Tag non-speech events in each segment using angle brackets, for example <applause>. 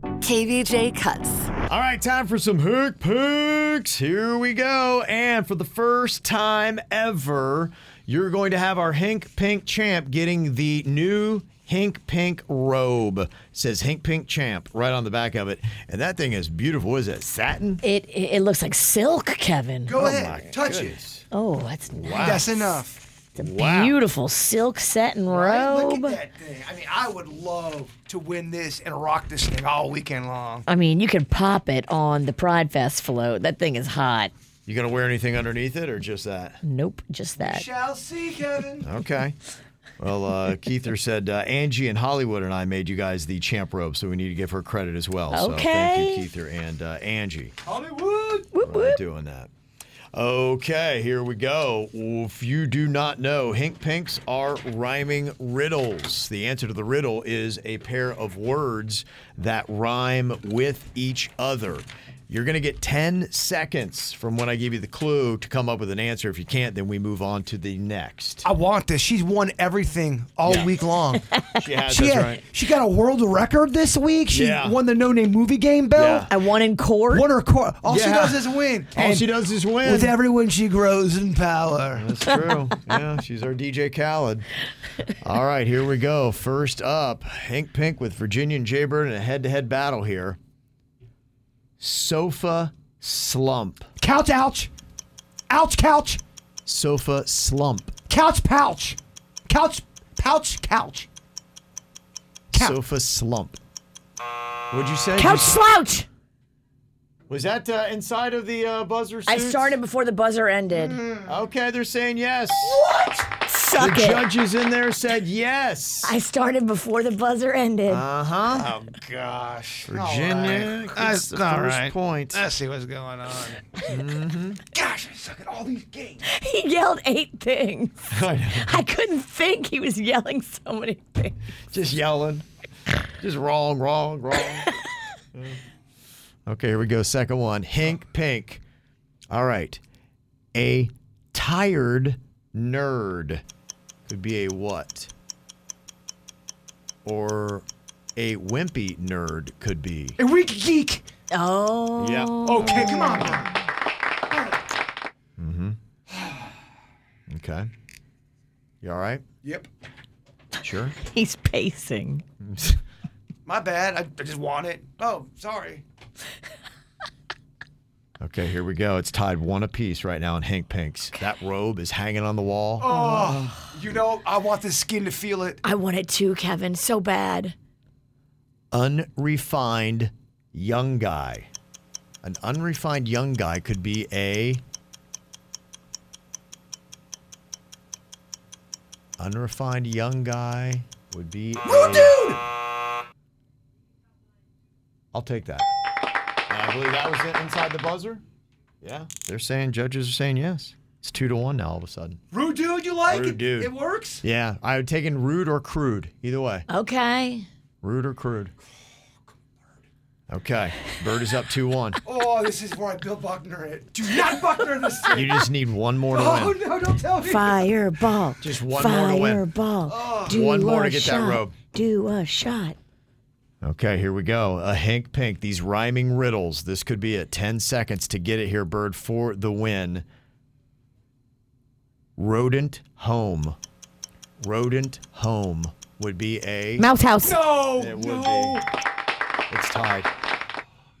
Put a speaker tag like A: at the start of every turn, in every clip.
A: KVJ Cuts.
B: All right, time for some hook picks. Here we go. And for the first time ever, you're going to have our Hink Pink Champ getting the new Hink Pink robe. It says Hink Pink Champ right on the back of it. And that thing is beautiful. Is it satin?
C: It, it it looks like silk, Kevin.
D: Go ahead, Oh, touch it.
C: Oh, that's nice.
D: That's enough.
C: It's a
B: Wow.
C: beautiful silk satin
D: Right?
C: robe.
D: Look at that thing. I mean, I would love to win this and rock this thing all weekend long.
C: I mean, you could pop it on the Pride Fest float. That thing is hot.
B: You going to wear anything underneath it or just that?
C: Nope, just that.
D: Shall see, Kevin.
B: Okay. Well,
D: <laughs>
B: uh, Keither said uh, Angie in Hollywood and I made you guys the champ robe, so we need to give her credit as well. So thank you,
C: Okay.
B: Keither and uh, Angie.
D: Hollywood.
B: We're not doing that. Okay, here we go. If you do not know, Hink Pinks are rhyming riddles. The answer to the riddle is a pair of words that rhyme with each other. You're going to get 10 seconds from when I give you the clue to come up with an answer. If you can't, then we move on to the next.
D: I want this. She's won everything all
B: Yeah.
D: week long.
B: She has, <laughs>
D: she
B: that's
D: had,
B: right.
D: she got a world record this week. She
B: Yeah.
D: won the No Name Movie Game Bill.
B: Yeah.
C: I won in court.
D: Won her court. All she
B: Yeah.
D: does is win.
B: All
D: And
B: she does is win.
D: With every win, she grows in power.
B: That's true. yeah, she's our DJ Khaled. All right, here we go. First up, Hank Pink with Virginia and Jaybird in a head-to-head battle here. Sofa slump.
D: Couch, ouch. Ouch, couch.
B: Sofa slump.
D: Couch, pouch. Couch, pouch, couch. Couch.
B: Sofa slump. Would you say?
C: Couch slouch.
B: Was that uh, inside of the uh, buzzer?
C: I
B: suits?
C: started before the buzzer ended.
B: Okay, they're saying yes. The
C: Suck it.
B: judges in there said yes.
C: I started before the buzzer ended.
B: Uh huh.
D: Oh, gosh.
B: Virginia gets
D: That's
B: the
D: all
B: first
D: right.
B: point.
D: Let's see what's going on. Gosh, I suck at all these games.
C: he yelled eight things. I couldn't think he was yelling so many things.
B: <laughs> just yelling, just wrong, wrong, wrong. Yeah. okay, here we go. Second one, Hink Pink. All right, a tired nerd could be a what? Or a wimpy nerd could be.
D: A weak geek.
C: Oh.
B: Yeah.
D: Okay, come on.
B: Okay. You all right?
D: Yep.
B: Sure.
C: He's pacing.
D: My bad. I, I just want it. Oh, sorry.
B: Okay, here we go. It's tied one apiece right now in Hink Pink's. That robe is hanging on the wall.
D: Oh, you know, I want this skin to feel it.
C: I want it too, Kevin, so bad.
B: unrefined young guy. An unrefined young guy could be a unrefined young guy would be a-
D: Dude!
B: I'll take that. I believe that was it inside the buzzer. Yeah, they're saying judges are saying yes. It's two to one now. All of a sudden.
D: Rude dude, you like
B: Rude
D: it?
B: dude.
D: It works?
B: Yeah, I would take in rude or crude. Either way,
C: Okay.
B: rude or crude. Okay, Bird is up two one.
D: Oh, this is where I Bill Buckner it. Do not Buckner this
B: You
D: thing.
B: just need one more to win.
D: Oh, no, don't tell me.
C: Fireball.
B: Just one more to win.
C: Fireball. Do
B: One more
C: a
B: to get that
C: shot.
B: robe.
C: Do a shot.
B: Okay, here we go. A Hank Pink, these rhyming riddles. This could be it. 10 seconds to get it here, Bird, for the win. Rodent home. Rodent home would be a.
C: Mouse house.
D: No,
B: It would
D: no.
B: It's tied.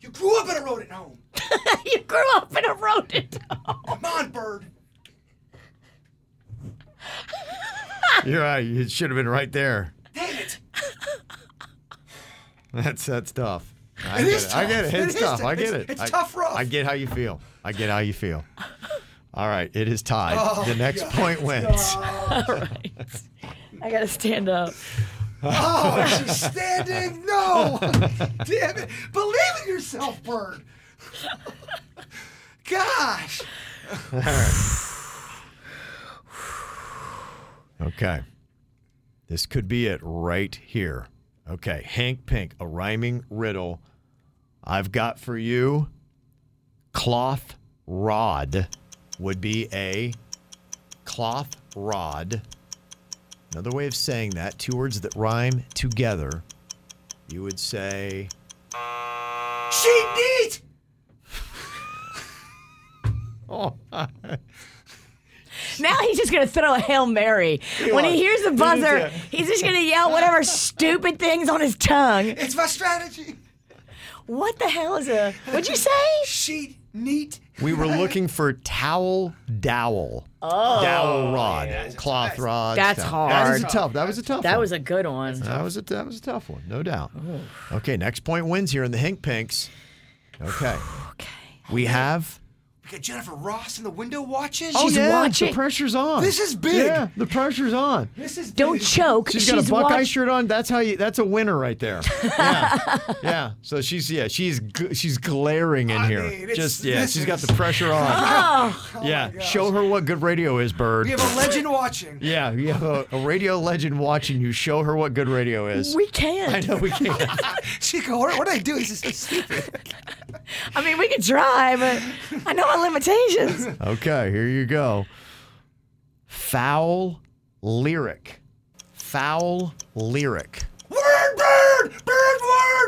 D: You grew up in a rodent home.
C: <laughs> you grew up in a rodent.
D: Come on, bird.
B: You're right. It should have been right there.
D: Dang it.
B: <laughs> That's that's tough. I
D: It
B: get
D: is
B: it. I get it.
D: tough.
B: It's
D: It is
B: tough. I
D: tough.
B: get
D: It's-
B: it.
D: it's
B: I-
D: tough rough.
B: I get how you feel. I get how you
D: <laughs>
B: feel. All right, it is tied.
D: Oh,
B: the next
D: God.
B: point wins.
C: I gotta stand up.
D: Oh, she's standing.
B: <laughs>
D: No. Damn it. Believe in yourself, Bird. Gosh.
B: Okay. This could be it right here. Okay. Hank Pink, a rhyming riddle. I've got for you cloth rod would be a cloth rod. Another way of saying that, two words that rhyme together, you would say
D: She needs.
C: Now he's just gonna throw a hail mary. when he hears the buzzer, he's just gonna yell whatever stupid things on his tongue.
D: It's my strategy.
C: What the hell is a? What'd you say?
D: She neat.
B: We were looking for towel dowel. Oh, dowel rod, cloth rod.
C: That's
B: stuff. That was a
C: hard.
B: tough. That was a tough.
C: That
B: one.
C: was a good one.
B: That was a that was a tough one, no doubt. Okay, next point wins here in the Hink Pinks.
D: <sighs>
B: Okay,
C: Okay.
B: we have. oh,
D: We got Jennifer Ross in the window watches.
C: She's
B: yeah,
C: watching.
B: The pressure's on.
D: This is big.
B: Yeah, the pressure's
D: <laughs>
B: on.
D: This is
C: Don't
D: big.
C: choke.
B: She's got a Buckeye
C: watch-
B: shirt on. That's how you. That's a winner right
D: <laughs>
B: there. Yeah, yeah. So she's yeah she's gl- she's glaring in
D: I
B: here.
D: mean, it's-
B: Just yeah,
D: this
B: she's got
D: is- Oh,
B: the pressure
D: <laughs>
B: on. yeah, show her what good radio is, Bird.
D: We have a legend watching.
B: Yeah, you have a, a radio legend watching you. Show her what good radio
D: <laughs>
B: is.
C: We
B: I
C: can't.
B: know we can't.
D: She go, what, what do I do? This is so stupid.
C: I mean, we can try, but I know my limitations.
B: Okay, here you go. Foul lyric. Foul lyric.
D: Word, bird, bird,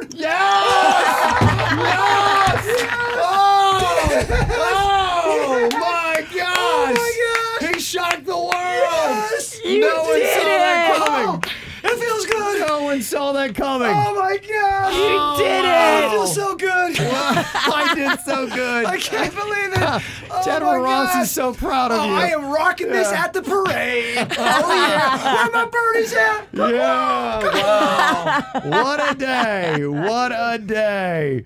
B: <laughs>
D: word.
B: <laughs> Oh my gosh!
D: Oh my
B: He shocked the world!
D: Yes.
C: You
B: no one
C: did
B: saw
C: it!
B: that coming!
D: It feels good.
B: Oh! No one saw that coming!
D: Oh my god.
B: Oh.
C: You did
D: I
C: it.
D: feel so good.
B: <laughs>
D: <laughs>
B: I did so good!
D: I can't believe
B: <laughs>
D: it. Oh my
B: General Ross
D: God.
B: is so proud of
D: Oh,
B: you.
D: I am rocking this
B: Yeah.
D: at
B: <laughs>
D: the parade. oh yeah. Where my birdies at? <laughs>
B: Yeah! Wow. what a day! What a day!